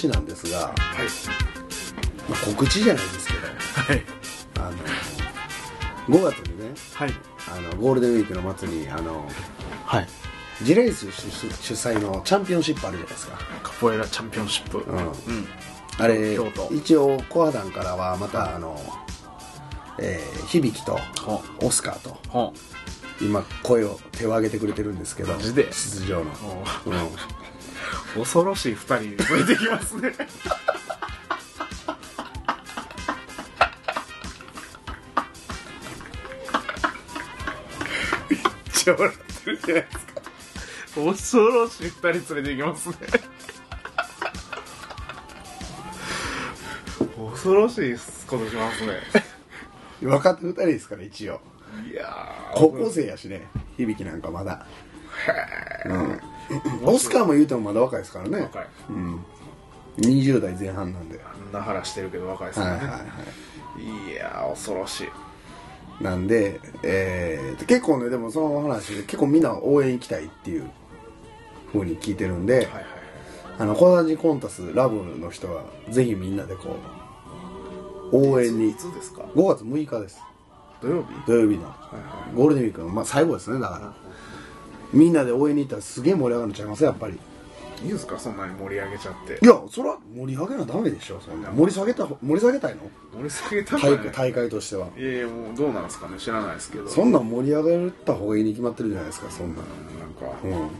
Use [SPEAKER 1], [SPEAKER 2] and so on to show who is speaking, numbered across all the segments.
[SPEAKER 1] 話なんですが、
[SPEAKER 2] はい、
[SPEAKER 1] まあ、告知じゃないですけ
[SPEAKER 2] はい、
[SPEAKER 1] どあの5月にね
[SPEAKER 2] はい、
[SPEAKER 1] あのゴールデンウィークの末にあの
[SPEAKER 2] はい、
[SPEAKER 1] ジレイス主主催のチャンピオンシップあるじゃないですか、
[SPEAKER 2] カポエラチャンピオンシップ、うん、
[SPEAKER 1] あれ
[SPEAKER 2] 京都
[SPEAKER 1] 一応コア団からはまたあの、えー響と
[SPEAKER 2] ほ
[SPEAKER 1] オスカーと
[SPEAKER 2] ほ
[SPEAKER 1] 今声を手を挙げてくれてるんですけど
[SPEAKER 2] マジで
[SPEAKER 1] 出場の、
[SPEAKER 2] う
[SPEAKER 1] うん、
[SPEAKER 2] 恐ろしい二人増えてきますね。めっちゃ笑ってるじゃないですか。恐ろしい二人連れてきますね。恐ろしいことしますね。
[SPEAKER 1] 若手2人ですから一応
[SPEAKER 2] いや
[SPEAKER 1] 高校生やしね響なんかまだ、うん、オスカーも言うてもまだ若いですからね
[SPEAKER 2] ー、若い。
[SPEAKER 1] 20代前半なんで、
[SPEAKER 2] あんな腹してるけど若いです
[SPEAKER 1] はい
[SPEAKER 2] ね。
[SPEAKER 1] はいはい
[SPEAKER 2] やー恐ろしい
[SPEAKER 1] い、なんで、えー結構ねでもその話で結構みんな応援行きたいっていう風に聞いてるんで、
[SPEAKER 2] はいはいはい
[SPEAKER 1] あのコーダジコンタスラブの人はぜひみんなでこう応援に
[SPEAKER 2] いつですか
[SPEAKER 1] 5月6日です
[SPEAKER 2] 土曜日
[SPEAKER 1] 土曜日の
[SPEAKER 2] は
[SPEAKER 1] ゴールデンウィークの、まあ、最後ですねだからみんなで応援に行ったらすげえ盛り上がるんちゃいますやっぱり
[SPEAKER 2] いいですかそんなに盛り上げちゃって
[SPEAKER 1] いやそれは盛り上げなダメでしょそんな盛り下げた盛り下げたいの
[SPEAKER 2] 盛り下げた
[SPEAKER 1] 大
[SPEAKER 2] ん
[SPEAKER 1] 会
[SPEAKER 2] ね
[SPEAKER 1] 大会としてはい
[SPEAKER 2] やいやもうどうなんですかね知らないですけど
[SPEAKER 1] そんなん盛り上げた方がいいに決まってるじゃないですかそんな
[SPEAKER 2] なんか、
[SPEAKER 1] うん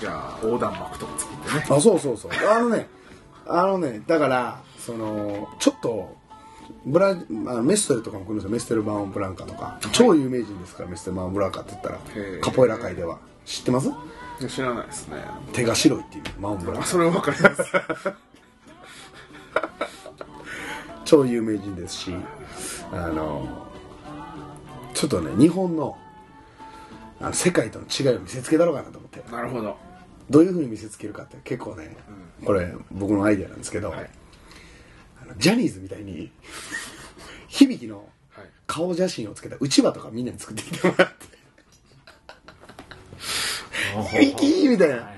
[SPEAKER 2] じゃあ横断幕とか作ってね
[SPEAKER 1] あそうそうそうあのねあのねだからそのちょっとブラあのメステルとかも来るんですよメステル・バーン・ブランカとか超有名人ですからメステル・バーン・ブランカって言ったら
[SPEAKER 2] へえ
[SPEAKER 1] カポエラ界では知ってます
[SPEAKER 2] いや知らないですね
[SPEAKER 1] 手が白いっていうマウンブラン
[SPEAKER 2] あ
[SPEAKER 1] カ
[SPEAKER 2] それは分かります
[SPEAKER 1] 超有名人ですしあのちょっとね日本のあの世界との違いを見せつけたろうかなと思って
[SPEAKER 2] なるほど
[SPEAKER 1] どういうふうに見せつけるかって結構ね、これ僕のアイデアなんですけど、
[SPEAKER 2] はい
[SPEAKER 1] あのジャニーズみたいに響の
[SPEAKER 2] はい
[SPEAKER 1] 顔写真をつけたうちわとかみんなに作ってきてもらって「いき!」みたいな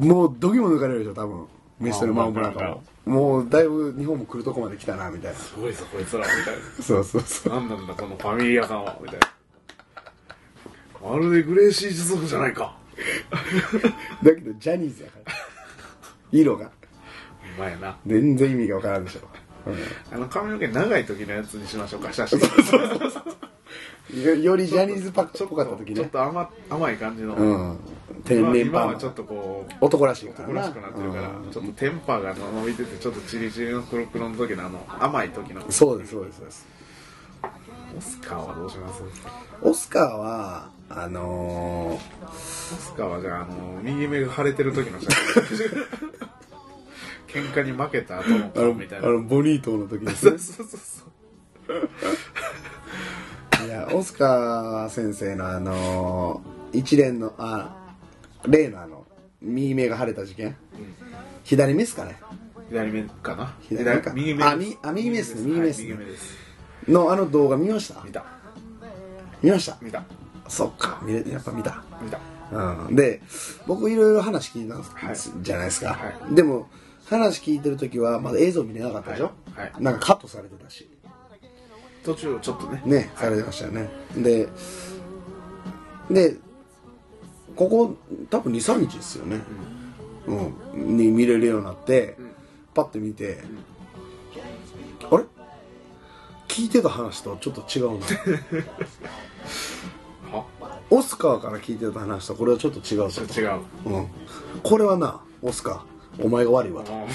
[SPEAKER 1] もうどぎも抜かれるでしょ多分ミステル・マンブランカももうだいぶ日本も来るとこまで来たなみたいな
[SPEAKER 2] すごいぞこいつらみたい
[SPEAKER 1] そうそうそう
[SPEAKER 2] ななんなんだこのファミリア感はみたいなまるでグレーシー一族じゃないか
[SPEAKER 1] だけどジャニーズやから色が
[SPEAKER 2] うまいな
[SPEAKER 1] 全然意味がわからんでしょ、うん
[SPEAKER 2] あの髪の毛長い時のやつにしましょう か写真
[SPEAKER 1] よよりジャニーズパッチ
[SPEAKER 2] ち
[SPEAKER 1] っ
[SPEAKER 2] ょっ
[SPEAKER 1] ぽかった
[SPEAKER 2] と
[SPEAKER 1] 時
[SPEAKER 2] ちょっ
[SPEAKER 1] ね、
[SPEAKER 2] と甘甘い感じの、
[SPEAKER 1] うん、天
[SPEAKER 2] まあ
[SPEAKER 1] 然
[SPEAKER 2] 今
[SPEAKER 1] パ
[SPEAKER 2] は
[SPEAKER 1] ン
[SPEAKER 2] ちょっとこう
[SPEAKER 1] 男らしいから
[SPEAKER 2] 男らしくなってるから、ちょっとテンパが伸びててちょっとチリチリの黒黒の時のあの甘い時の
[SPEAKER 1] うんそうですそうですそうです
[SPEAKER 2] オスカーはどうします
[SPEAKER 1] オスカーはあの
[SPEAKER 2] オスカーはじゃああの右目が腫れてる時の写真喧嘩に負けた後の
[SPEAKER 1] ー、あの
[SPEAKER 2] 顔みたいな
[SPEAKER 1] あのボニートの時です
[SPEAKER 2] そ
[SPEAKER 1] ね
[SPEAKER 2] うそうそうそう
[SPEAKER 1] いやオスカー先生のあのー一連のあ例のあの右目が腫れた事件、左目ですかね
[SPEAKER 2] 左目かな
[SPEAKER 1] 左目か
[SPEAKER 2] 右目
[SPEAKER 1] あみあ右目ですね右目ですね
[SPEAKER 2] はい右目です
[SPEAKER 1] のあの動画見ました
[SPEAKER 2] 見た
[SPEAKER 1] 見ました
[SPEAKER 2] 見た
[SPEAKER 1] そっか見れやっぱ見た
[SPEAKER 2] 見た
[SPEAKER 1] うん、で僕いろいろ話聞いたんです、
[SPEAKER 2] は
[SPEAKER 1] じゃないですか、
[SPEAKER 2] は
[SPEAKER 1] でも話聞いてる時はまだ映像見れなかったでしょ、
[SPEAKER 2] はいはい
[SPEAKER 1] なんかカットされてたし
[SPEAKER 2] 途中ちょっとね
[SPEAKER 1] ねされてましたよねででここ多分23日ですよね、うんに見れるようになって、パッて見て、あれ聞いてた話とちょっと違う な
[SPEAKER 2] は
[SPEAKER 1] オスカーから聞いてた話とこれはちょっと違う
[SPEAKER 2] ち
[SPEAKER 1] ぞ
[SPEAKER 2] ょっ
[SPEAKER 1] と
[SPEAKER 2] と違うあ
[SPEAKER 1] うん、これはなオスカーお前が悪いわと
[SPEAKER 2] の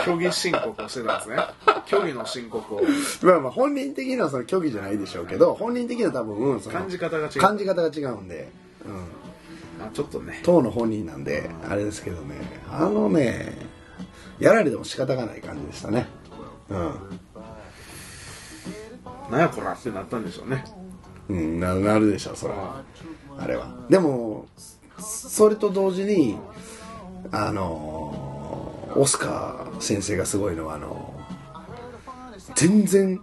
[SPEAKER 2] 虚偽申告をしてたんですね虚偽の申告を
[SPEAKER 1] まあまあ本人的にはその虚偽じゃないでしょうけど本人的には多分、うん、その
[SPEAKER 2] 感じ方が違う
[SPEAKER 1] 感じ方が違うんで、うん、
[SPEAKER 2] まあちょっとね
[SPEAKER 1] 当の本人なんであれですけどねあのねやられても仕方がない感じでしたねうん、
[SPEAKER 2] なんやこらってなったんでしょうね
[SPEAKER 1] うん、ななるでしょうそれは
[SPEAKER 2] ま
[SPEAKER 1] あれはでもそれと同時にあのーオスカー先生がすごいのはあのー全然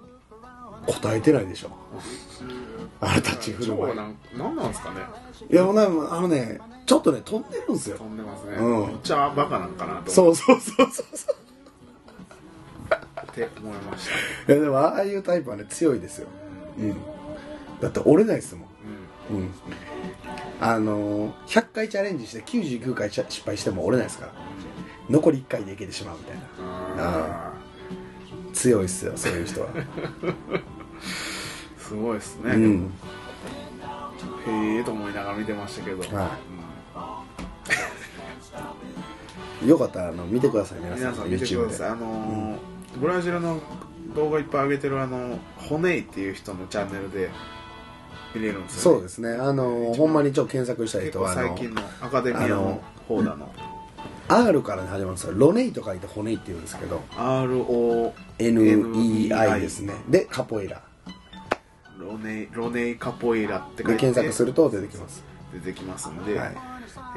[SPEAKER 1] 答えてないでしょあれたち振る
[SPEAKER 2] 超
[SPEAKER 1] 舞い
[SPEAKER 2] なんなんなんですかね
[SPEAKER 1] いやもうなんかあのねちょっとね飛んでるんですよ
[SPEAKER 2] 飛んでますね、
[SPEAKER 1] うん
[SPEAKER 2] めっちゃバカなんかなと
[SPEAKER 1] そ
[SPEAKER 2] 思
[SPEAKER 1] うそうそうそうそう
[SPEAKER 2] って思いました、
[SPEAKER 1] いやでもああいうタイプはね強いですようんだって折れないですもん
[SPEAKER 2] う、
[SPEAKER 1] うんあのー100回チャレンジして99回チャ失敗しても折れないですから残り1回でいけてしまうみたいなん
[SPEAKER 2] あ
[SPEAKER 1] 強いっすよそういう人 は
[SPEAKER 2] ーすごいですね、
[SPEAKER 1] うん
[SPEAKER 2] へえと思いながら見てましたけど、
[SPEAKER 1] は
[SPEAKER 2] う
[SPEAKER 1] よかったらあの見てください
[SPEAKER 2] ん
[SPEAKER 1] 皆さ
[SPEAKER 2] 皆
[SPEAKER 1] ん
[SPEAKER 2] さ
[SPEAKER 1] の
[SPEAKER 2] ん見てく
[SPEAKER 1] YouTube
[SPEAKER 2] だ
[SPEAKER 1] で
[SPEAKER 2] さいあのーブラジルの動画いっぱい上げてるあのホネイっていう人のチャンネルで見れるんです
[SPEAKER 1] そ
[SPEAKER 2] よ、
[SPEAKER 1] う
[SPEAKER 2] ね、
[SPEAKER 1] ですねあのーほんまにちょっと検索したり
[SPEAKER 2] 結
[SPEAKER 1] と
[SPEAKER 2] 構
[SPEAKER 1] はあ
[SPEAKER 2] 最
[SPEAKER 1] の
[SPEAKER 2] 近のアカデミアの方だの
[SPEAKER 1] R からね始まるんですよロネイと書いて骨いって言うんですけど
[SPEAKER 2] RO
[SPEAKER 1] NEI ですねでカポエラ
[SPEAKER 2] ロネイロネイカポエラって書
[SPEAKER 1] で
[SPEAKER 2] いて
[SPEAKER 1] 検索すると出てきます
[SPEAKER 2] 出てきますので、
[SPEAKER 1] はい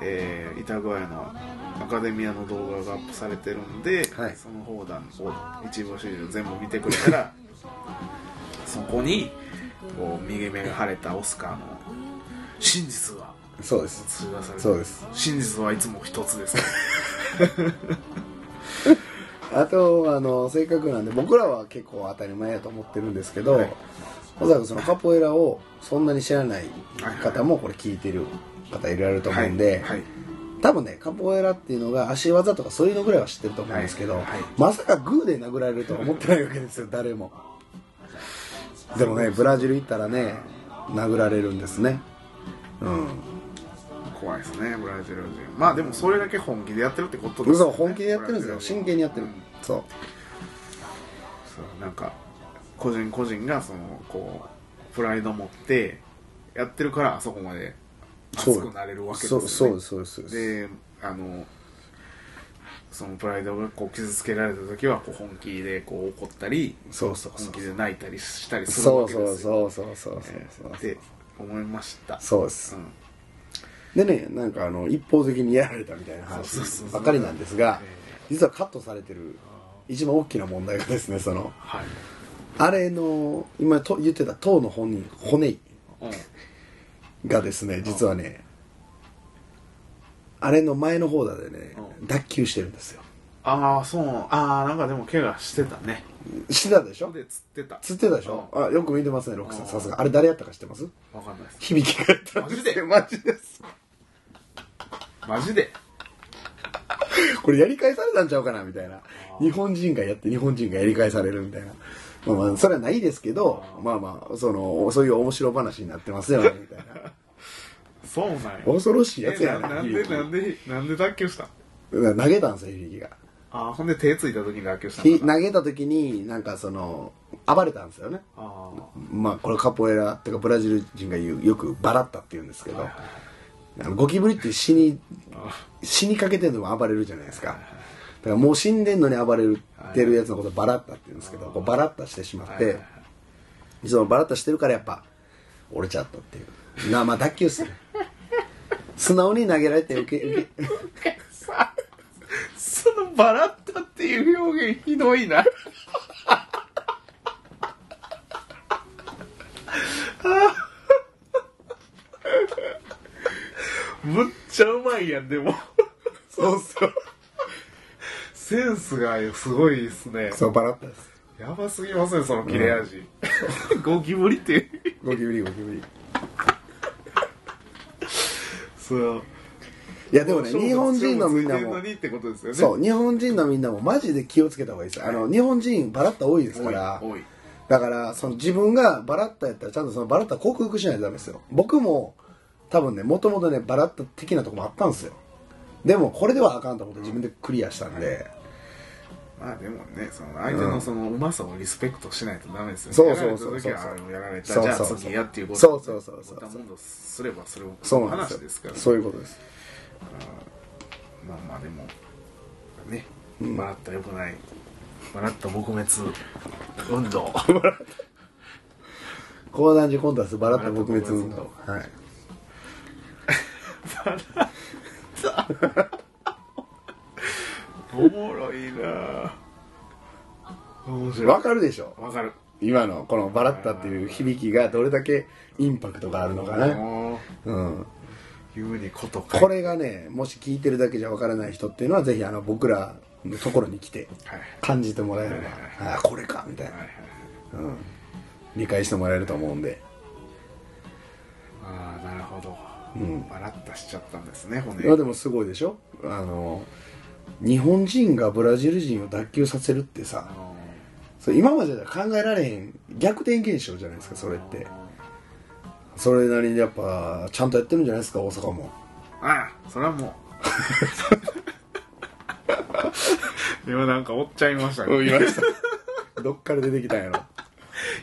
[SPEAKER 2] えー、板具合のアカデミアの動画がアップされてるんで、
[SPEAKER 1] はい
[SPEAKER 2] その方談を一部始終全部見てくれ たらそこにこう右目が腫れたオスカーの真実が
[SPEAKER 1] そうです
[SPEAKER 2] 通話されて
[SPEAKER 1] そうです
[SPEAKER 2] 真実はいつも一つです
[SPEAKER 1] あとあのせっかくなんで僕らは結構当たり前やと思ってるんですけど、
[SPEAKER 2] はい
[SPEAKER 1] おそらくそのカポエラをそんなに知らない方もこれ聞いてる方いられると思うんで、
[SPEAKER 2] はいはい
[SPEAKER 1] 多分ねカポエラっていうのが足技とかそういうのぐらいは知ってると思うんですけど、
[SPEAKER 2] はいはい
[SPEAKER 1] まさかグーで殴られるとは思ってないわけですよ誰もでもねブラジル行ったらね殴られるんですねうん
[SPEAKER 2] 怖いですねブラジル人まあでもそれだけ本気でやってるってことです
[SPEAKER 1] 嘘本気でやってるんですよ真剣にやってる、
[SPEAKER 2] うん
[SPEAKER 1] そう
[SPEAKER 2] そうなんか個人個人がそのこうプライド持ってやってるからあそこまで
[SPEAKER 1] そう
[SPEAKER 2] 熱くなれるわけです
[SPEAKER 1] そ
[SPEAKER 2] よ
[SPEAKER 1] う
[SPEAKER 2] ね
[SPEAKER 1] そうですそうですそうです
[SPEAKER 2] であのそのプライドがこう傷つけられた時はこう本気でこう怒ったり
[SPEAKER 1] そうそうそ
[SPEAKER 2] 本
[SPEAKER 1] う
[SPEAKER 2] 気で泣いたりしたりする
[SPEAKER 1] そ
[SPEAKER 2] わ
[SPEAKER 1] う
[SPEAKER 2] け
[SPEAKER 1] そ
[SPEAKER 2] で
[SPEAKER 1] う
[SPEAKER 2] すよ
[SPEAKER 1] そうそうそうそうそう
[SPEAKER 2] って思いました
[SPEAKER 1] そうです
[SPEAKER 2] ん
[SPEAKER 1] でねなんかあの一方的にやられたみたいな話
[SPEAKER 2] そうそうそうそう
[SPEAKER 1] ばかりなんですが
[SPEAKER 2] え
[SPEAKER 1] 実はカットされてる一番大きな問題がですねその
[SPEAKER 2] はい、
[SPEAKER 1] あれの今と言ってた当の本人骨
[SPEAKER 2] うん、
[SPEAKER 1] がですね実はねあれの前の方だでね
[SPEAKER 2] う
[SPEAKER 1] 脱臼してるんですよ
[SPEAKER 2] ああそうああなんかでも怪我してたね
[SPEAKER 1] してたでしょ
[SPEAKER 2] で釣ってた
[SPEAKER 1] つってたでしょあよく見てますねロックさん
[SPEAKER 2] うん
[SPEAKER 1] さすがあれ誰やったか知って ます
[SPEAKER 2] わかんないです
[SPEAKER 1] 響きがやったんすよマジです
[SPEAKER 2] マジで
[SPEAKER 1] これやり返されたんちゃうかなみたいな日本人がやって日本人がやり返されるみたいな、まあ、まあそれはないですけどまあまあそのそういう面白話になってますよねみたい な
[SPEAKER 2] そうなんや
[SPEAKER 1] 恐ろしいやつ
[SPEAKER 2] え
[SPEAKER 1] や
[SPEAKER 2] な
[SPEAKER 1] な
[SPEAKER 2] なんで
[SPEAKER 1] 響き
[SPEAKER 2] なんでなんで脱臼したの
[SPEAKER 1] 投げたんですよ響きが
[SPEAKER 2] あーほんで手ついた時に脱臼した
[SPEAKER 1] ひ
[SPEAKER 2] のかな
[SPEAKER 1] 投げた時になんかその暴れたんですよね
[SPEAKER 2] あ
[SPEAKER 1] まあこれカポエラっていうかブラジル人が言うよくバラッタって言うんですけどあのゴキブリって死に死にかけてるのも暴れるじゃないですかだからもう死んでんのに暴れてるやつのことをバラッタって言うんですけどこうバラッタしてしま
[SPEAKER 2] ー
[SPEAKER 1] っ
[SPEAKER 2] はい
[SPEAKER 1] てそのバラッタしてるからやっぱ折れちゃったっていうなあまあ脱臼っすね 素直に投げられて受け受け
[SPEAKER 2] さそのバラッタっていう表現ひどいなむっちゃうまいやんでも
[SPEAKER 1] そうそう
[SPEAKER 2] センスがすごいですね
[SPEAKER 1] そうバラッタです
[SPEAKER 2] やばすぎませんその切れ味、 ゴキブリって
[SPEAKER 1] ゴキブリゴキブリ
[SPEAKER 2] そう
[SPEAKER 1] いやでもね日本人のみんな
[SPEAKER 2] 勝負つけて
[SPEAKER 1] も
[SPEAKER 2] のにってことですよね
[SPEAKER 1] そう日本人のみんなもマジで気をつけた方がいいですあの日本人バラッタ多いです
[SPEAKER 2] 多
[SPEAKER 1] か
[SPEAKER 2] い
[SPEAKER 1] ら
[SPEAKER 2] 多い
[SPEAKER 1] だからその自分がバラッタやったらちゃんとそのバラッタ克服しないとダメですよ僕も多分ねもともとねバラッタ的なとこもあったんですよでもこれではあかんと思って自分でクリアしたんで、
[SPEAKER 2] まあでもねその相手のそのうまさをリスペクトしないとダメですよ
[SPEAKER 1] そ
[SPEAKER 2] ね、
[SPEAKER 1] うそうそうそう
[SPEAKER 2] やられた時はあれもやられ
[SPEAKER 1] そ
[SPEAKER 2] た
[SPEAKER 1] う
[SPEAKER 2] じゃあ
[SPEAKER 1] そうそう
[SPEAKER 2] 次やっていうこと
[SPEAKER 1] そうそうそうそう
[SPEAKER 2] ボタンボンドすればそれを
[SPEAKER 1] そうなんです
[SPEAKER 2] 話
[SPEAKER 1] よ
[SPEAKER 2] ですから
[SPEAKER 1] そういうことです
[SPEAKER 2] まあまあでもね笑ったよくない笑った撲滅運動
[SPEAKER 1] 高男児コンタスバラッタ撲滅運動はい
[SPEAKER 2] おもろいなぁ面白い
[SPEAKER 1] わかるでしょ
[SPEAKER 2] わかる
[SPEAKER 1] 今のこの「バラッタ」っていう響きがどれだけインパクトがあるのかな、
[SPEAKER 2] も
[SPEAKER 1] うん、
[SPEAKER 2] う言うにことかい
[SPEAKER 1] これがねもし聞いてるだけじゃわからない人っていうのはぜひあの僕らのところに来て
[SPEAKER 2] はい
[SPEAKER 1] 感じてもらえればああこれかみたい
[SPEAKER 2] はい
[SPEAKER 1] な
[SPEAKER 2] はい
[SPEAKER 1] 理解してもらえると思うんで
[SPEAKER 2] ああなるほど、
[SPEAKER 1] ん
[SPEAKER 2] バラッタしちゃったんですね骨
[SPEAKER 1] いやでもすごいでしょあの日本人がブラジル人を脱臼させるってさ
[SPEAKER 2] あの
[SPEAKER 1] それ今までじゃ考えられへん逆転現象じゃないですかそれってそれなりにやっぱちゃんとやってるんじゃないですか大阪も
[SPEAKER 2] ああそれは もう今なんか追っちゃいましたね、
[SPEAKER 1] いました どっから出てきたんやろ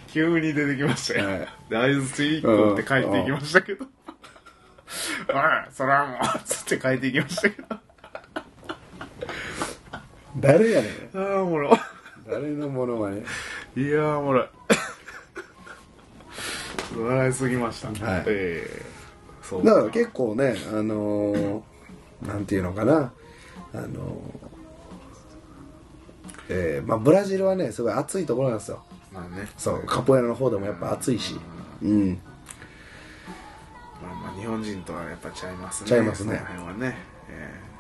[SPEAKER 2] 急に出てきましたよ、
[SPEAKER 1] は
[SPEAKER 2] 大豆スイートって書いていきましたけど、ああそれはもうつって書いていきましたけどあ
[SPEAKER 1] 誰やねん
[SPEAKER 2] あおもろ
[SPEAKER 1] 誰のものまね
[SPEAKER 2] いやーおも ろい笑いすぎました、
[SPEAKER 1] はい
[SPEAKER 2] ええそう
[SPEAKER 1] だから結構ねあのーなんていうのかなあのーえーまあ、ブラジルはねすごい暑いところなんですよ
[SPEAKER 2] まあね
[SPEAKER 1] そうカポエラの方でもやっぱ暑いしうん
[SPEAKER 2] まあまあ日本人とはやっぱちゃいますね
[SPEAKER 1] ちゃいますね
[SPEAKER 2] その辺はね、ええ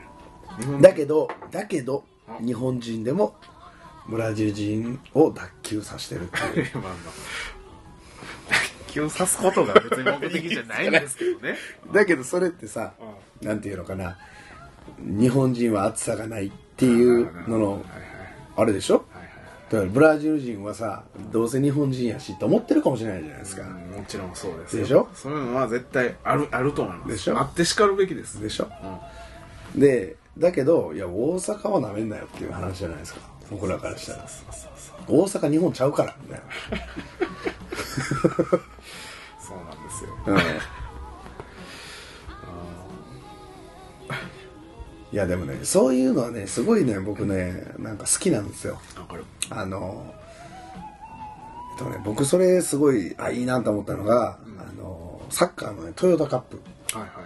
[SPEAKER 2] 日本人
[SPEAKER 1] だけどだけど日本人でもブラジル人を脱臼させてるっていう
[SPEAKER 2] まあまあ卓球を刺すことが別に目的じゃないんですけど ね
[SPEAKER 1] だけどそれってさなんていうのかな日本人は暑さがないっていうの
[SPEAKER 2] はい
[SPEAKER 1] の
[SPEAKER 2] はい
[SPEAKER 1] あれでしょ
[SPEAKER 2] はい
[SPEAKER 1] だからブラジル人はさどうせ日本人やしと思ってるかもしれないじゃないです
[SPEAKER 2] は
[SPEAKER 1] か
[SPEAKER 2] いうんもちろんそうですよ
[SPEAKER 1] でしょ
[SPEAKER 2] そういうのは絶対あるあると思います
[SPEAKER 1] でしょ
[SPEAKER 2] あってしかるべきです
[SPEAKER 1] でしょ
[SPEAKER 2] うん
[SPEAKER 1] でだけどいや大阪はなめんなよっていう話じゃないですか僕らからしたら
[SPEAKER 2] そうそうそう
[SPEAKER 1] 大阪日本ちゃうからみたいな
[SPEAKER 2] そうなんですよ
[SPEAKER 1] いやでもねそういうのはねすごいね僕ねなんか好きなんですよ
[SPEAKER 2] わかる
[SPEAKER 1] あのえっとね僕それすごいあいいなと思ったのが、あのサッカーのねトヨタカップ、
[SPEAKER 2] はいはいは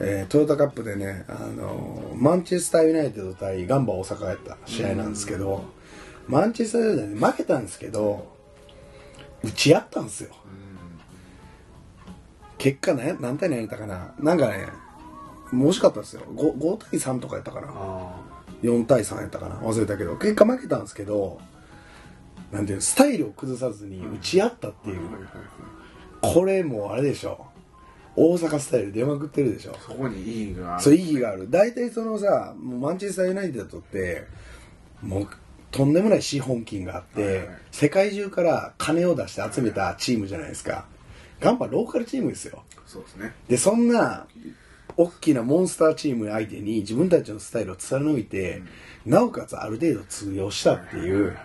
[SPEAKER 1] えートヨタカップでねあのマンチェスターユナイテッド対ガンバ大阪やった試合なんですけど、マンチェスターユナイテッド負けたんですけど打ち合ったんですよ、結果ね何対何やったかななんかね惜しかったんですよ 5, 5対3とかやったかな、
[SPEAKER 2] あ
[SPEAKER 1] 4対3やったかな忘れたけど結果負けたんですけどなんていうのスタイルを崩さずに打ち合ったっていう、これもうあれでしょ大阪スタイル出まくってるでしょ
[SPEAKER 2] そこに意義がある
[SPEAKER 1] そう意義がある大体そのさもうマンチェスター・ユナイテッドってもうとんでもない資本金があって、
[SPEAKER 2] はいはい
[SPEAKER 1] 世界中から金を出して集めたチームじゃないですかガンバローカルチームですよ
[SPEAKER 2] そうですね
[SPEAKER 1] でそんな大きなモンスターチーム相手に自分たちのスタイルを貫いて、なおかつある程度通用したっていう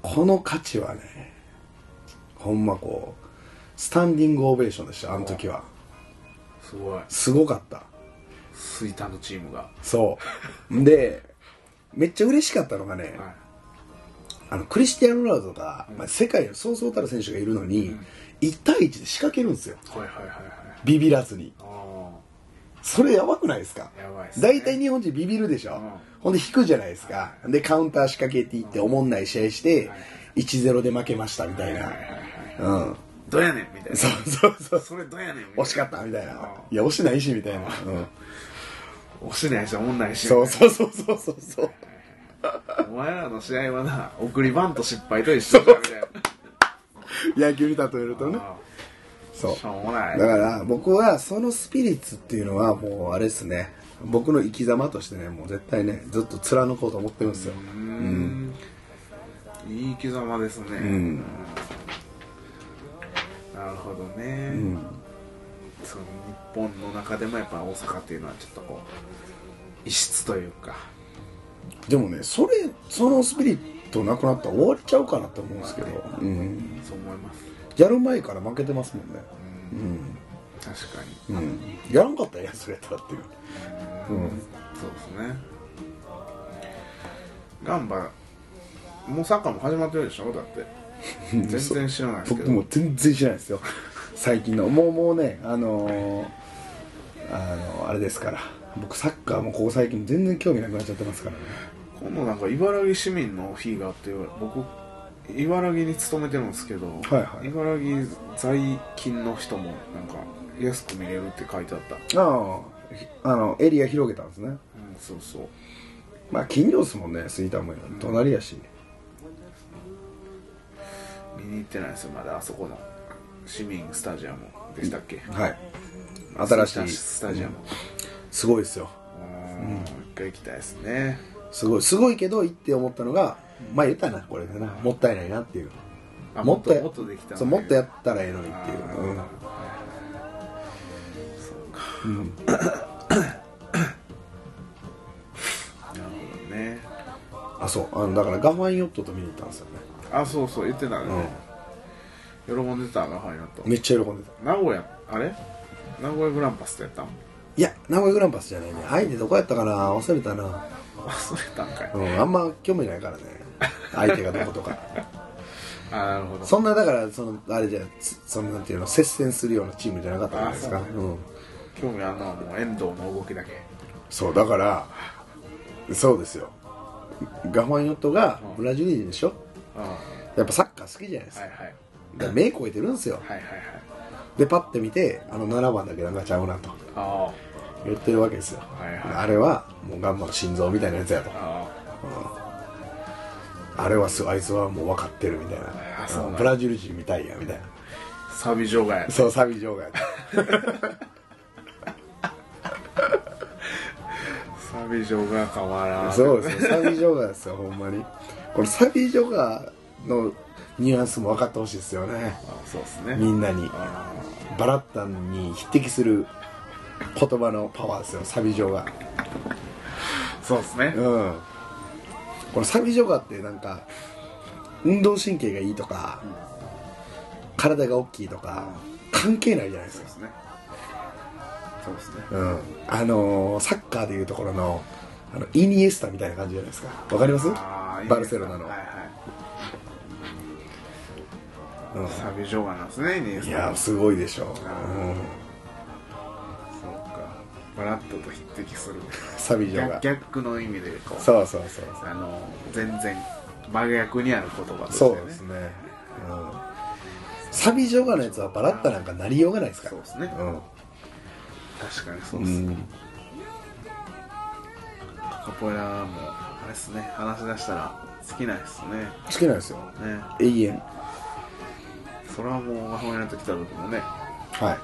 [SPEAKER 1] この価値はねほんまこうスタンディングオベーションでしたあの時は
[SPEAKER 2] すごい
[SPEAKER 1] すごかった
[SPEAKER 2] 吹田のチームが
[SPEAKER 1] そうでめっちゃ嬉しかったのがね、
[SPEAKER 2] は
[SPEAKER 1] あのクリスティアーノ・ロナウドが、まあ、世界のそうそうたる選手がいるのに、1対1で仕掛けるんですよ
[SPEAKER 2] いはいはいはいはい
[SPEAKER 1] ビビらずに
[SPEAKER 2] あ
[SPEAKER 1] それやばくないですか
[SPEAKER 2] やばいっすね
[SPEAKER 1] 大体日本人ビビるでしょ、
[SPEAKER 2] ん
[SPEAKER 1] ほんで引くじゃないですか、でカウンター仕掛けていっておもんない試合して、1-0で負けましたみたいな、うん
[SPEAKER 2] あどやねんみたいな
[SPEAKER 1] そうそうそう
[SPEAKER 2] それどやねんみたいな
[SPEAKER 1] 惜しかったみたいな、
[SPEAKER 2] うん
[SPEAKER 1] いや惜しないしみたいな、うん、
[SPEAKER 2] 押しないしおもんないし
[SPEAKER 1] そうそうそうそうそうそう
[SPEAKER 2] お前らの試合はな送りバント失敗と一緒だみたい
[SPEAKER 1] 野球に例えるとね
[SPEAKER 2] な
[SPEAKER 1] そう
[SPEAKER 2] しょうもない
[SPEAKER 1] だから僕はそのスピリッツっていうのはもうあれですね僕の生き様としてねもう絶対ねずっと貫こうと思ってるんですよ
[SPEAKER 2] うんいい生き様ですね、
[SPEAKER 1] ん
[SPEAKER 2] なるほどね、その日本の中でもやっぱ大阪っていうのはちょっとこう異質というか
[SPEAKER 1] でもねそれそのスピリットなくなったら終わりちゃうかなって思うんですけど、うん、
[SPEAKER 2] そう思います
[SPEAKER 1] やる前から負けてますもんね、
[SPEAKER 2] 確かに
[SPEAKER 1] うん、やらんかったらやつやったらっていう
[SPEAKER 2] そうですねガンバもうサッカーも始まってるでしょだって全然知らないですけ
[SPEAKER 1] 僕
[SPEAKER 2] ど
[SPEAKER 1] も全然知らないですよ最近のもうもうねあのーあのあれですから僕サッカーもここ最近全然興味なくなっちゃってますからね
[SPEAKER 2] 今度なんか茨城市民の日があって僕茨城に勤めてるんですけど、
[SPEAKER 1] はいはい
[SPEAKER 2] 茨城在勤の人もなんか安く見れるって書いてあった、
[SPEAKER 1] ああひあのエリア広げたんですね
[SPEAKER 2] うん、そうそう
[SPEAKER 1] まあ近所ですもんね杉田も隣やし、
[SPEAKER 2] 見に行ってないですよまだあそこの市民スタジアムでしたっけ
[SPEAKER 1] はい新しい
[SPEAKER 2] スタジアム、
[SPEAKER 1] すごいですよ
[SPEAKER 2] うん一回行きたいですね
[SPEAKER 1] すごいすごいけどいいって思ったのがまあ言ったなこれでなもったいないなっていう
[SPEAKER 2] あ
[SPEAKER 1] もっと
[SPEAKER 2] もっとできた
[SPEAKER 1] そうもっとや
[SPEAKER 2] っ
[SPEAKER 1] ったらええのに
[SPEAKER 2] て
[SPEAKER 1] っていう、うん
[SPEAKER 2] そうかなるほどね
[SPEAKER 1] あそうあのだからガファインヨットと見に行ったんですよね、
[SPEAKER 2] あそうそう言ってたね、喜んでたなはいなと
[SPEAKER 1] うん、めっちゃ喜んでた
[SPEAKER 2] 名古屋あれ名古屋グランパスってやったん
[SPEAKER 1] いや名古屋グランパスじゃないね相手どこやったかな忘れたな
[SPEAKER 2] 忘れたんかい、
[SPEAKER 1] うんあんま興味ないからね相手がどことか
[SPEAKER 2] あなるほど
[SPEAKER 1] そんなだからそのあれじゃつそのなんていうの接戦するようなチームじゃなかったじゃないですか
[SPEAKER 2] あそう
[SPEAKER 1] うん、
[SPEAKER 2] 興味あるのはもう遠藤の動きだけ
[SPEAKER 1] そうだからそうですよガファンヨットがブラジル人でしょ
[SPEAKER 2] あは
[SPEAKER 1] やっぱサッカー好きじゃないです
[SPEAKER 2] い
[SPEAKER 1] か,、
[SPEAKER 2] はいはい
[SPEAKER 1] だから目超えてるんですよ
[SPEAKER 2] はいはい
[SPEAKER 1] でパッて見てあの7番だけなんかちゃうなと
[SPEAKER 2] ああ
[SPEAKER 1] 言ってるわけですよ、
[SPEAKER 2] はいはい
[SPEAKER 1] あれはもうガンマの心臓みたいなやつやと
[SPEAKER 2] あ
[SPEAKER 1] あれはすあいつはもう分かってるみたいな
[SPEAKER 2] あそうなんだ
[SPEAKER 1] ブラジル人みたいやみたいな
[SPEAKER 2] あサビ場外
[SPEAKER 1] そうサビ場外
[SPEAKER 2] サビ場外変わらん
[SPEAKER 1] そうですよサビ場外ですよほんまにこのサビ場外のニュアンスも分かってほしいですよね
[SPEAKER 2] あそうですね
[SPEAKER 1] みんなに
[SPEAKER 2] あ
[SPEAKER 1] バラッタンに匹敵する言葉のパワーですよサビ場外
[SPEAKER 2] あそうですね
[SPEAKER 1] うんこのサビジョガってなんか運動神経がいいとか、体が大きいとか、関係ないじゃないです
[SPEAKER 2] そう
[SPEAKER 1] か
[SPEAKER 2] で、すねそうですね
[SPEAKER 1] うん、あのーサッカーでいうところのあのイニエスタみたいな感じじゃないですかわかります
[SPEAKER 2] ああ
[SPEAKER 1] バルセロナの、
[SPEAKER 2] はい
[SPEAKER 1] う
[SPEAKER 2] は
[SPEAKER 1] ん
[SPEAKER 2] いサビ場外なんですねイニエスタ
[SPEAKER 1] いやーすごいでしょ、うん、
[SPEAKER 2] そうかバラッとと匹敵する
[SPEAKER 1] サビジョガ
[SPEAKER 2] 逆逆の意味でこう
[SPEAKER 1] そうそうそうそう
[SPEAKER 2] あの全然真逆にある言葉として
[SPEAKER 1] そう
[SPEAKER 2] ね
[SPEAKER 1] ですね、うん、サビジョガのやつはバラッタなんかなりようがないですか
[SPEAKER 2] そうですね
[SPEAKER 1] らうん
[SPEAKER 2] 確かにそう
[SPEAKER 1] う
[SPEAKER 2] です、
[SPEAKER 1] ん
[SPEAKER 2] カポエラもあれですね話し出したら好きなんですね
[SPEAKER 1] 好きなんですよ
[SPEAKER 2] ね
[SPEAKER 1] 永遠
[SPEAKER 2] それはもう母親の時来た時もね
[SPEAKER 1] はい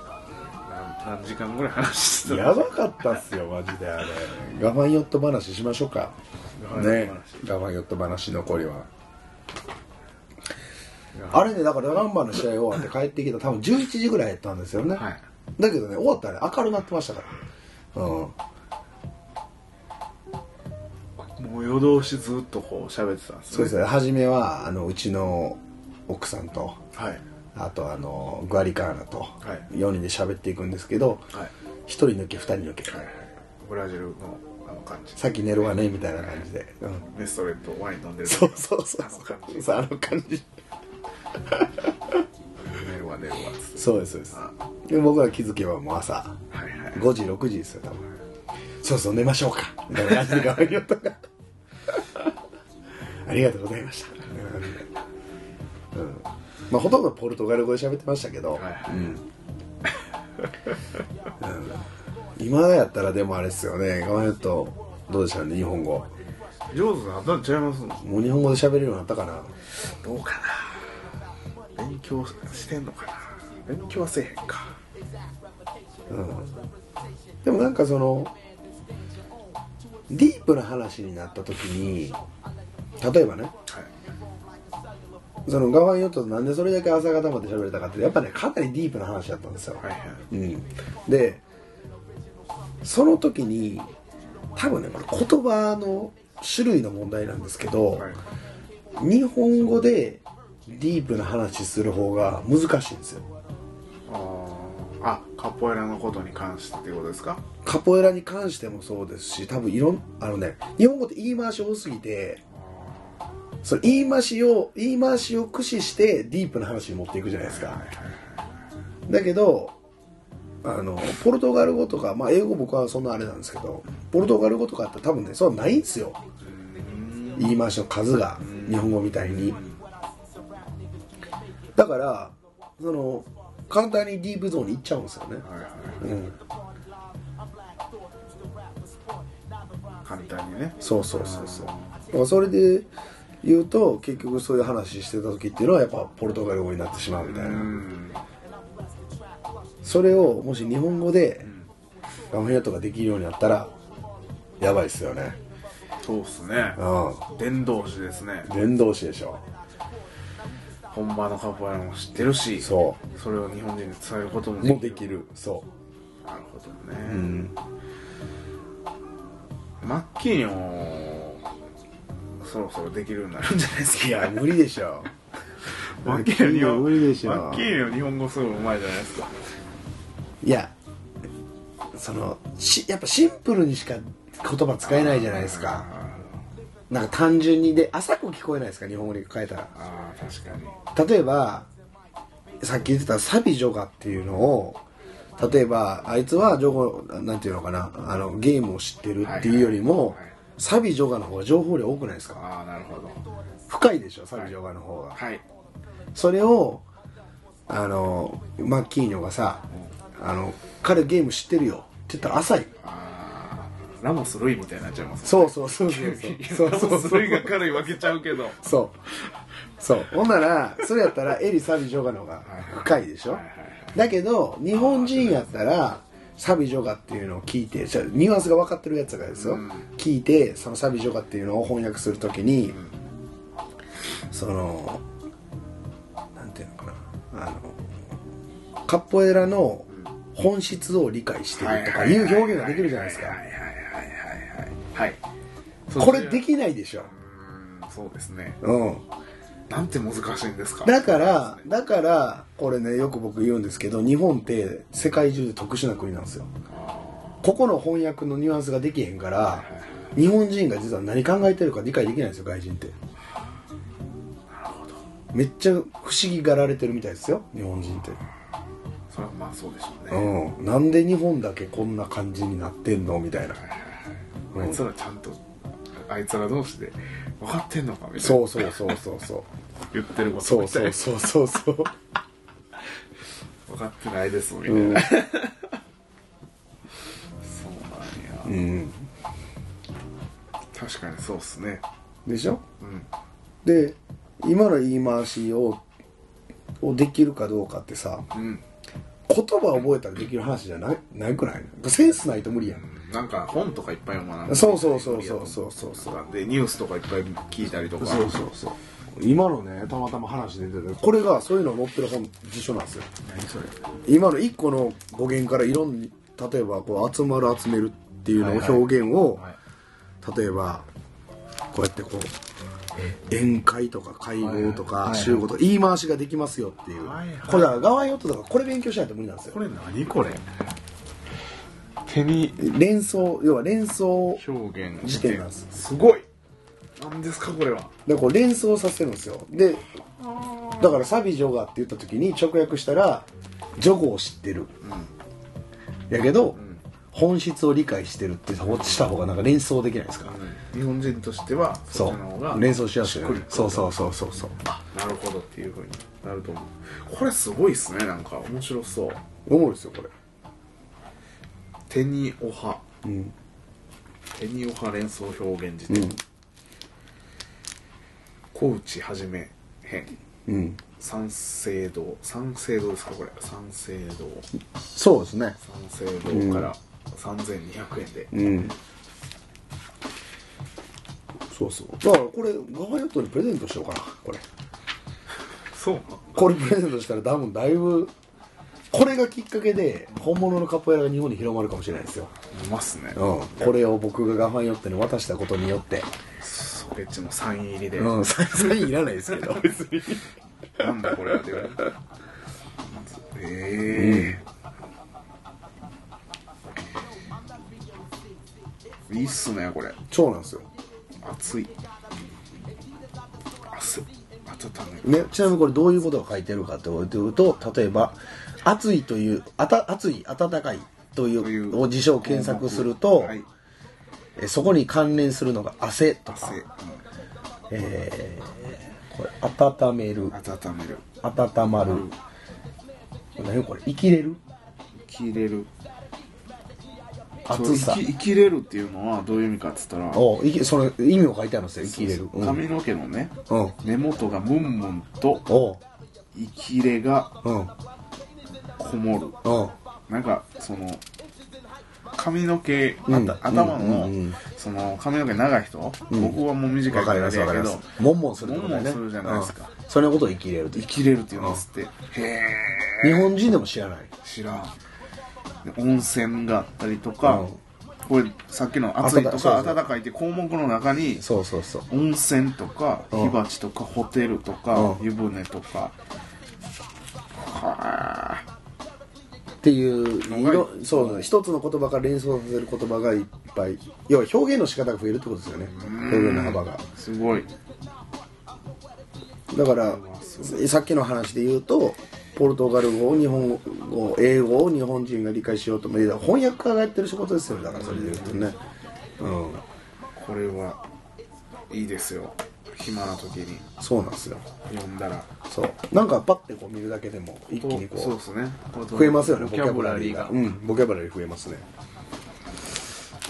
[SPEAKER 2] 何何時間ぐらい話してた
[SPEAKER 1] やばかったっすよマジであれ我慢ヨット話しましょうか
[SPEAKER 2] 我慢ヨッ
[SPEAKER 1] ね
[SPEAKER 2] ト
[SPEAKER 1] 我慢ヨット話残りは
[SPEAKER 2] あ
[SPEAKER 1] あれねだからランバーの試合終わって帰ってきた多分11時ぐらいやったんですよね、
[SPEAKER 2] はい
[SPEAKER 1] だけどね終わったらね明るくなってましたからうん
[SPEAKER 2] もう夜通しずっとこう喋ってたんです
[SPEAKER 1] そう
[SPEAKER 2] ね
[SPEAKER 1] ですね初めはあのうちの奥さんと
[SPEAKER 2] はい
[SPEAKER 1] あとあのグアリカーナと
[SPEAKER 2] い
[SPEAKER 1] 4人で喋っていくんですけど、
[SPEAKER 2] はい
[SPEAKER 1] 一1人抜け2人抜け
[SPEAKER 2] ブラジルのあの感じ
[SPEAKER 1] さっき寝るわねみたいな感じで、うん
[SPEAKER 2] レストレンとワイン飲んでる
[SPEAKER 1] そうそうそう
[SPEAKER 2] あの感じ
[SPEAKER 1] そうあの感じ
[SPEAKER 2] 寝るわ寝るわっつって
[SPEAKER 1] そうですそうです
[SPEAKER 2] あ
[SPEAKER 1] で僕ら気づけばもう朝
[SPEAKER 2] はいはい
[SPEAKER 1] 5時6時ですよ多分そろそろ寝ましょうかみたいな感じで頑張りよったからありがとうございましたみたいな感じでうんまあほとんどポルトガル語で喋ってましたけど、
[SPEAKER 2] はいはい
[SPEAKER 1] うん、うん、今だやったらでもあれですよね頑張るとどうでしたね日本語
[SPEAKER 2] 上手なったんちゃいます
[SPEAKER 1] もう日本語で喋れるようになったかな
[SPEAKER 2] どうかな勉強してんのかな勉強はせえへんか
[SPEAKER 1] でもなんかそのディープな話になった時に例えばね
[SPEAKER 2] はい
[SPEAKER 1] そのガワンヨットとなんでそれだけ朝方まで喋れたかってやっぱねかなりディープな話だったんですよ、
[SPEAKER 2] はいはい
[SPEAKER 1] うん、でその時に多分ねこれ言葉の種類の問題なんですけど、
[SPEAKER 2] はい
[SPEAKER 1] 日本語でディープな話する方が難しいんですよ
[SPEAKER 2] あーあカポエラのことに関してっていうことですか
[SPEAKER 1] カポエラに関してもそうですし多分いろんあのね日本語って言い回し多すぎてその言い回しを言い回しを駆使してディープな話に持っていくじゃないですかだけどあのポルトガル語とか、まあ、英語僕はそんなあれなんですけどポルトガル語とかって多分ねそれはないんですよ言い回しの数が日本語みたいにだからその簡単にディープゾーンに行っちゃうんですよね、
[SPEAKER 2] はいはい
[SPEAKER 1] うん、
[SPEAKER 2] 簡単にね
[SPEAKER 1] そうそうそうそうだからそれで言うと結局そういう話してた時っていうのはやっぱポルトガル語になってしまうみたいな、
[SPEAKER 2] うん
[SPEAKER 1] それをもし日本語でガムヘアとかできるようになったらやばいっすよね
[SPEAKER 2] そうっすね
[SPEAKER 1] う
[SPEAKER 2] 伝道師ですね
[SPEAKER 1] ん伝道師でしょ
[SPEAKER 2] 本場のカポエラも知ってるし
[SPEAKER 1] そ
[SPEAKER 2] それを日本人に伝えることも
[SPEAKER 1] うもうできるそ
[SPEAKER 2] なるほどね、
[SPEAKER 1] ううん
[SPEAKER 2] マッキーニョそろそろできるようになるんじゃないですか
[SPEAKER 1] いや無理でしょ
[SPEAKER 2] マッキーニョ
[SPEAKER 1] 無 理でしょ
[SPEAKER 2] マッキーニョ日本語すごいうまいじゃないですか
[SPEAKER 1] いやそのしやっぱシンプルにしか言葉使えないじゃないですかなんか単純にで浅く聞こえないですか日本語に変えたら
[SPEAKER 2] ああ確かに
[SPEAKER 1] 例えばさっき言ってた「サビジョガ」っていうのを例えばあいつは情報なんていうのかなあのゲームを知ってるっていうよりも、
[SPEAKER 2] はいはい
[SPEAKER 1] サビジョガの方が情報量多くないですか
[SPEAKER 2] ああなるほど
[SPEAKER 1] 深いでしょサビジョガの方が、
[SPEAKER 2] はい
[SPEAKER 1] それをあのマッキーニョがさ「あの彼ゲーム知ってるよ」って言ったら浅い
[SPEAKER 2] あーラモス・ルイみたいになっちゃいます
[SPEAKER 1] そうそうそうそう そ
[SPEAKER 2] そうう
[SPEAKER 1] そ
[SPEAKER 2] そうう
[SPEAKER 1] そう
[SPEAKER 2] それが軽い分けちゃうけどはい
[SPEAKER 1] そうそうほんならそれやったらエリ・サビ・ジョガの方が深いでしょだけど日本人やったらサビ・ジョガっていうのを聞いてじゃあニュアンスが分かってるやつがですよ、聞いてそのサビ・ジョガっていうのを翻訳するときに、そのなんていうのかなあのカッポエラの本質を理解してるとかいう表現ができるじゃないですか
[SPEAKER 2] はいはいはいはいはいはいそっち
[SPEAKER 1] これできないでしょ
[SPEAKER 2] うんそうですね
[SPEAKER 1] うん
[SPEAKER 2] なんて難しいんですか
[SPEAKER 1] だから、だから、これね、よく僕言うんですけど、日本って世界中で特殊な国なんですよ。ここの翻訳のニュアンスができへんから、日本人が実は何考えてるか理解できないんですよ、外人って。めっちゃ不思議がられてるみたいですよ、日本人って。
[SPEAKER 2] それはまあそうでしょうね、
[SPEAKER 1] うん。なんで日本だけこんな感じになってんのみたいな。
[SPEAKER 2] あいつらちゃんとあいつら同士で分かってんのかみたいな
[SPEAKER 1] そうそうそうそうそう。
[SPEAKER 2] 言ってること
[SPEAKER 1] そ
[SPEAKER 2] み
[SPEAKER 1] う
[SPEAKER 2] たい
[SPEAKER 1] そう
[SPEAKER 2] な
[SPEAKER 1] そうそうそう。
[SPEAKER 2] 分かってないですみたいな、
[SPEAKER 1] うん
[SPEAKER 2] そ
[SPEAKER 1] う
[SPEAKER 2] うなんや
[SPEAKER 1] ん。
[SPEAKER 2] 確かにそうっすね
[SPEAKER 1] でしょ
[SPEAKER 2] うん
[SPEAKER 1] で今の言い回しををできるかどうかってさ
[SPEAKER 2] うん
[SPEAKER 1] 言葉覚えたらできる話じゃないないくないセンスないと無理やん
[SPEAKER 2] なんか本とかいっぱい読まない
[SPEAKER 1] そうそうそうそうそうそうそう
[SPEAKER 2] うでニュースとかいっぱい聞いたりとか
[SPEAKER 1] そうそうそう今のねたまたま話出てたこれがそういうの載ってる本辞書なんですよ
[SPEAKER 2] 何それ
[SPEAKER 1] 今の一個の語源からいろんな例えばこう集まる集めるっていうのを表現を、
[SPEAKER 2] はい
[SPEAKER 1] 例えばこうやってこう宴会とか会合と
[SPEAKER 2] はい
[SPEAKER 1] か
[SPEAKER 2] はい
[SPEAKER 1] 集合とか言い回しができますよっていう
[SPEAKER 2] はいはい
[SPEAKER 1] これだから側用とかこれ勉強しないと無理なんですよ
[SPEAKER 2] これ何これ手に
[SPEAKER 1] 連想要は連想
[SPEAKER 2] 表現
[SPEAKER 1] 辞典なんです
[SPEAKER 2] すごい何ですかこれは
[SPEAKER 1] でこう連想させるんですよでだから「サビジョガ」って言った時に直訳したら「ジョゴを知ってる」やけど、本質を理解してるってした方がなんか連想できないですか、
[SPEAKER 2] 日本人としては
[SPEAKER 1] そ
[SPEAKER 2] っちの方が
[SPEAKER 1] う連想しやすいよ
[SPEAKER 2] しっ
[SPEAKER 1] ね
[SPEAKER 2] くり
[SPEAKER 1] そうそうそうそうそう
[SPEAKER 2] あなるほどっていうふうになると思うこれすごいっすねなんか面白そう
[SPEAKER 1] おもろいですよこれ
[SPEAKER 2] 手におは
[SPEAKER 1] うん
[SPEAKER 2] 手におは連想表現辞典、
[SPEAKER 1] うん
[SPEAKER 2] 小内はじめ編
[SPEAKER 1] うん
[SPEAKER 2] 三省堂三省堂ですかこれ三省堂
[SPEAKER 1] そうですね
[SPEAKER 2] 三省堂から3200円で、
[SPEAKER 1] うんそうそうだからこれガガヨットにプレゼントしようかなこれ
[SPEAKER 2] そうな
[SPEAKER 1] これプレゼントしたら多分だいぶこれがきっかけで本物のカポエラが日本に広まるかもしれないですよ、
[SPEAKER 2] うますね
[SPEAKER 1] うん、これを僕がガファンヨットに渡したことによって
[SPEAKER 2] ソケッチのサイン入りで、
[SPEAKER 1] うんサインサインいらないです けど
[SPEAKER 2] なんだこれはって言われるええいいっすねこれ
[SPEAKER 1] そうなんですよ、
[SPEAKER 2] 熱い汗温める
[SPEAKER 1] ね、ちなみにこれどういうことが書いてるかというと例えば「暑い」という「あた暑い」「暖かい」と
[SPEAKER 2] とい
[SPEAKER 1] いううを辞書を検索すると、
[SPEAKER 2] はい、
[SPEAKER 1] えそこに関連するのが汗とか
[SPEAKER 2] 汗、うん
[SPEAKER 1] えこれ温める
[SPEAKER 2] 温める
[SPEAKER 1] 温まる、何これ生きれる
[SPEAKER 2] 切れるそう
[SPEAKER 1] 暑さ
[SPEAKER 2] 生き生きれるっていうのはどういう意味かっつったら
[SPEAKER 1] お生きそれ意味を書いてあるんですよ生きれるうん、
[SPEAKER 2] 髪の毛のね
[SPEAKER 1] うん、
[SPEAKER 2] 根元がムンムンと
[SPEAKER 1] おう
[SPEAKER 2] 生きれが
[SPEAKER 1] うんうん
[SPEAKER 2] こもる
[SPEAKER 1] うん
[SPEAKER 2] なんかその髪の毛、
[SPEAKER 1] うん
[SPEAKER 2] あた頭の、
[SPEAKER 1] うんうん
[SPEAKER 2] その髪の毛長い人、僕はもう短い
[SPEAKER 1] わか
[SPEAKER 2] か
[SPEAKER 1] り
[SPEAKER 2] ら
[SPEAKER 1] ま
[SPEAKER 2] あ
[SPEAKER 1] す
[SPEAKER 2] れや
[SPEAKER 1] わかり
[SPEAKER 2] け
[SPEAKER 1] ま
[SPEAKER 2] ど
[SPEAKER 1] すもんもんするってことだよね
[SPEAKER 2] 悶々するじゃないですか
[SPEAKER 1] うんそれのことを生きれると
[SPEAKER 2] 生きれるっていうんですって、へえ
[SPEAKER 1] 日本人でも知らない
[SPEAKER 2] 知らんで温泉があったりとか、
[SPEAKER 1] うん
[SPEAKER 2] これさっきの暑いと
[SPEAKER 1] 暖かそう
[SPEAKER 2] か
[SPEAKER 1] そう
[SPEAKER 2] 暖かいって項目の中に
[SPEAKER 1] そうそうそう
[SPEAKER 2] 温泉とか
[SPEAKER 1] うん
[SPEAKER 2] 火鉢とかホテルと
[SPEAKER 1] う
[SPEAKER 2] か
[SPEAKER 1] ん
[SPEAKER 2] 湯船とかはあ
[SPEAKER 1] っていうい
[SPEAKER 2] 長い
[SPEAKER 1] ろそう一つの言葉から連想させる言葉がいっぱい要は表現の仕方が増えるってことですよね表現の幅が
[SPEAKER 2] すごい
[SPEAKER 1] だからさっきの話で言うとポルトガル語を日本語英語を日本人が理解しようともいえば翻訳家がやってる仕事ですよねだからそれで言うとねうん
[SPEAKER 2] これはいいですよ暇な時に
[SPEAKER 1] そうなんですよ
[SPEAKER 2] 読んだら
[SPEAKER 1] そうなんかパッてこう見るだけでも一気に
[SPEAKER 2] そう
[SPEAKER 1] こ
[SPEAKER 2] ですね
[SPEAKER 1] う増えますよね
[SPEAKER 2] ボキャブラリーが
[SPEAKER 1] うんボキャブラリー増えますね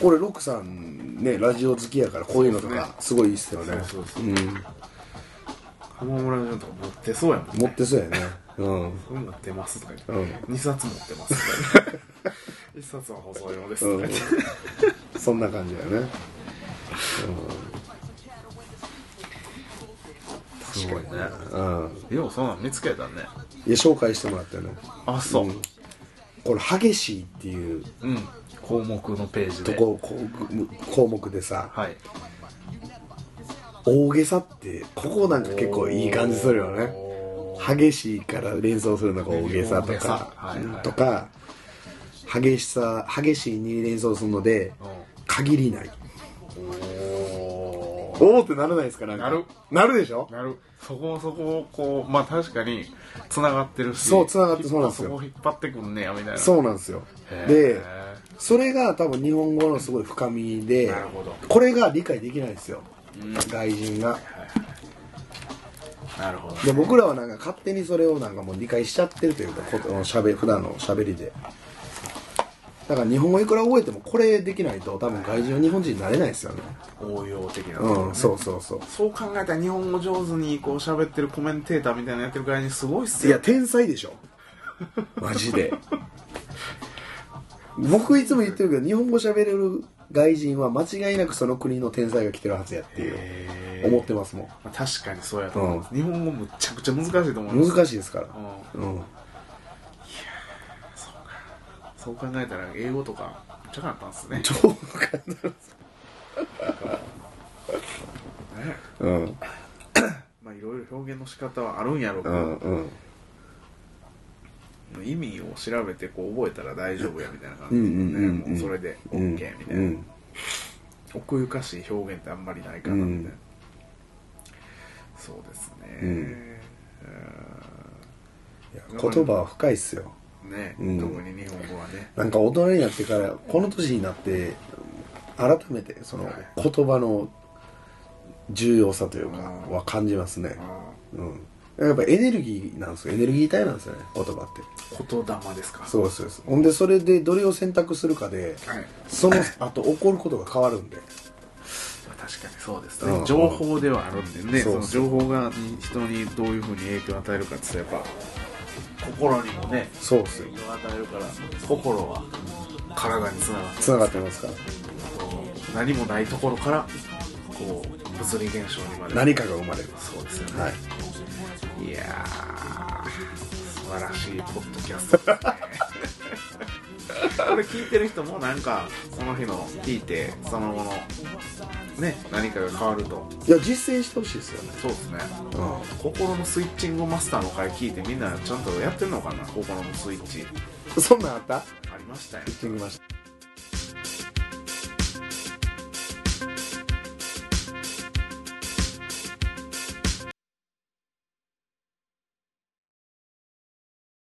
[SPEAKER 1] これロックさんねラジオ好きやからこういうのと
[SPEAKER 2] そうで
[SPEAKER 1] かすごいいいっすよね
[SPEAKER 2] そうそうそう
[SPEAKER 1] うん
[SPEAKER 2] 浜村淳とか持ってそうやもん
[SPEAKER 1] 持ってそうやねうん
[SPEAKER 2] そういうの出ますとか
[SPEAKER 1] う
[SPEAKER 2] 言っ
[SPEAKER 1] ん
[SPEAKER 2] て、二2冊持っ てますとか言って1冊は細用ですとか言って、
[SPEAKER 1] そんな感じだよね、うん、
[SPEAKER 3] すごいね
[SPEAKER 1] うん
[SPEAKER 3] ようそんなん見つけたね
[SPEAKER 1] いや紹介してもらったよね
[SPEAKER 3] あそう
[SPEAKER 1] うんこれ「激しい」っていう
[SPEAKER 3] うん、項目のページ
[SPEAKER 1] と
[SPEAKER 3] で
[SPEAKER 1] ここ項目でさ
[SPEAKER 3] はい
[SPEAKER 1] 大げさってここなんか結構いい感じするよね激しいから連想するのが大げさと
[SPEAKER 3] 大げ
[SPEAKER 1] か
[SPEAKER 3] さ、はいはい
[SPEAKER 1] とか激しさ激しいに連想するので限りない
[SPEAKER 3] お
[SPEAKER 1] おおってならないですかなんか
[SPEAKER 3] なる
[SPEAKER 1] なるでしょ
[SPEAKER 3] なるそこそこをこうまあ確かにつながってるし
[SPEAKER 1] そう繋がってそうなんですよ
[SPEAKER 3] 引っ張そこ引っ張ってくんねやみたいな
[SPEAKER 1] そうなんですよ
[SPEAKER 3] へー
[SPEAKER 1] でそれが多分日本語のすごい深みで
[SPEAKER 2] なるほど
[SPEAKER 1] これが理解できないんですよ、外人が
[SPEAKER 2] なるほど
[SPEAKER 1] で僕らはなんか勝手にそれをなんかもう理解しちゃってるというかことのしゃべ普段のしゃべりでだから日本語いくら覚えてもこれできないと多分外人は日本人になれないですよね
[SPEAKER 2] 応用的なところね
[SPEAKER 1] うんそうそうそう
[SPEAKER 2] そう考えたら日本語上手にこう喋ってるコメンテーターみたいなのやってるぐらいにすごいっす
[SPEAKER 1] いや
[SPEAKER 2] よ
[SPEAKER 1] 天才でしょマジで 僕いつも言ってるけど日本語喋れる外人は間違いなくその国の天才が来てるはずやっていう思ってますもん
[SPEAKER 2] まあ確かにそうやと思います、日本語むちゃくちゃ難しいと思います
[SPEAKER 1] 難しいですから
[SPEAKER 2] うん
[SPEAKER 1] うん
[SPEAKER 2] そう考えたら英語とかめっちゃ簡単っすね
[SPEAKER 1] 超簡単ですうん
[SPEAKER 2] まあいろいろ表現の仕方はあるんやろうけ
[SPEAKER 1] う
[SPEAKER 2] ど、
[SPEAKER 1] んうん
[SPEAKER 2] 意味を調べてこう覚えたら大丈夫やみたいな感
[SPEAKER 1] う
[SPEAKER 2] じ
[SPEAKER 1] ん
[SPEAKER 2] で、
[SPEAKER 1] うんうんうん
[SPEAKER 2] もうそれで OK みたいな、
[SPEAKER 1] うん
[SPEAKER 2] 奥ゆかしい表現ってあんまりないかなみたいな、そうですね、
[SPEAKER 1] うんいや
[SPEAKER 2] うん
[SPEAKER 1] 言葉は深いっすよ
[SPEAKER 2] ね、
[SPEAKER 1] うん
[SPEAKER 2] 特に日本語はね
[SPEAKER 1] なんか大人になってからこの年になって改めてその言葉の重要さというか
[SPEAKER 2] うん
[SPEAKER 1] は感じますね
[SPEAKER 2] あ
[SPEAKER 1] うんやっぱエネルギーなんですよエネルギー体なんですよね言葉って
[SPEAKER 2] ー言霊ですか
[SPEAKER 1] そうですそうですほんでそれでどれを選択するかで
[SPEAKER 2] はい
[SPEAKER 1] そのあと起こることが変わるんで
[SPEAKER 2] まあ確かにそうですね、
[SPEAKER 1] うん
[SPEAKER 2] 情報ではあるんでね、
[SPEAKER 1] そう
[SPEAKER 2] そ
[SPEAKER 1] そう
[SPEAKER 2] の情報がに人にどういうふうに影響を与えるかって言ったらやっぱ心にもね
[SPEAKER 1] そうっすよ
[SPEAKER 2] 影響を与えるから心は体につながって
[SPEAKER 1] つながってますから
[SPEAKER 2] こう何もないところからこう物理現象にまで
[SPEAKER 1] 何かが生まれる
[SPEAKER 2] そうですよね、
[SPEAKER 1] はい
[SPEAKER 2] い、やー素晴らしいポッドキャスト ですねこれ聞いてる人もなんかその日の聞いてその後のね何かが変わると
[SPEAKER 1] いや実践してほしいですよね
[SPEAKER 2] そうですね
[SPEAKER 1] うん
[SPEAKER 2] 心のスイッチングマスターの回聞いてみんなちゃんとやってんのかな心のスイッチ
[SPEAKER 1] そんなんあった
[SPEAKER 2] ありましたよ
[SPEAKER 1] 言ってみました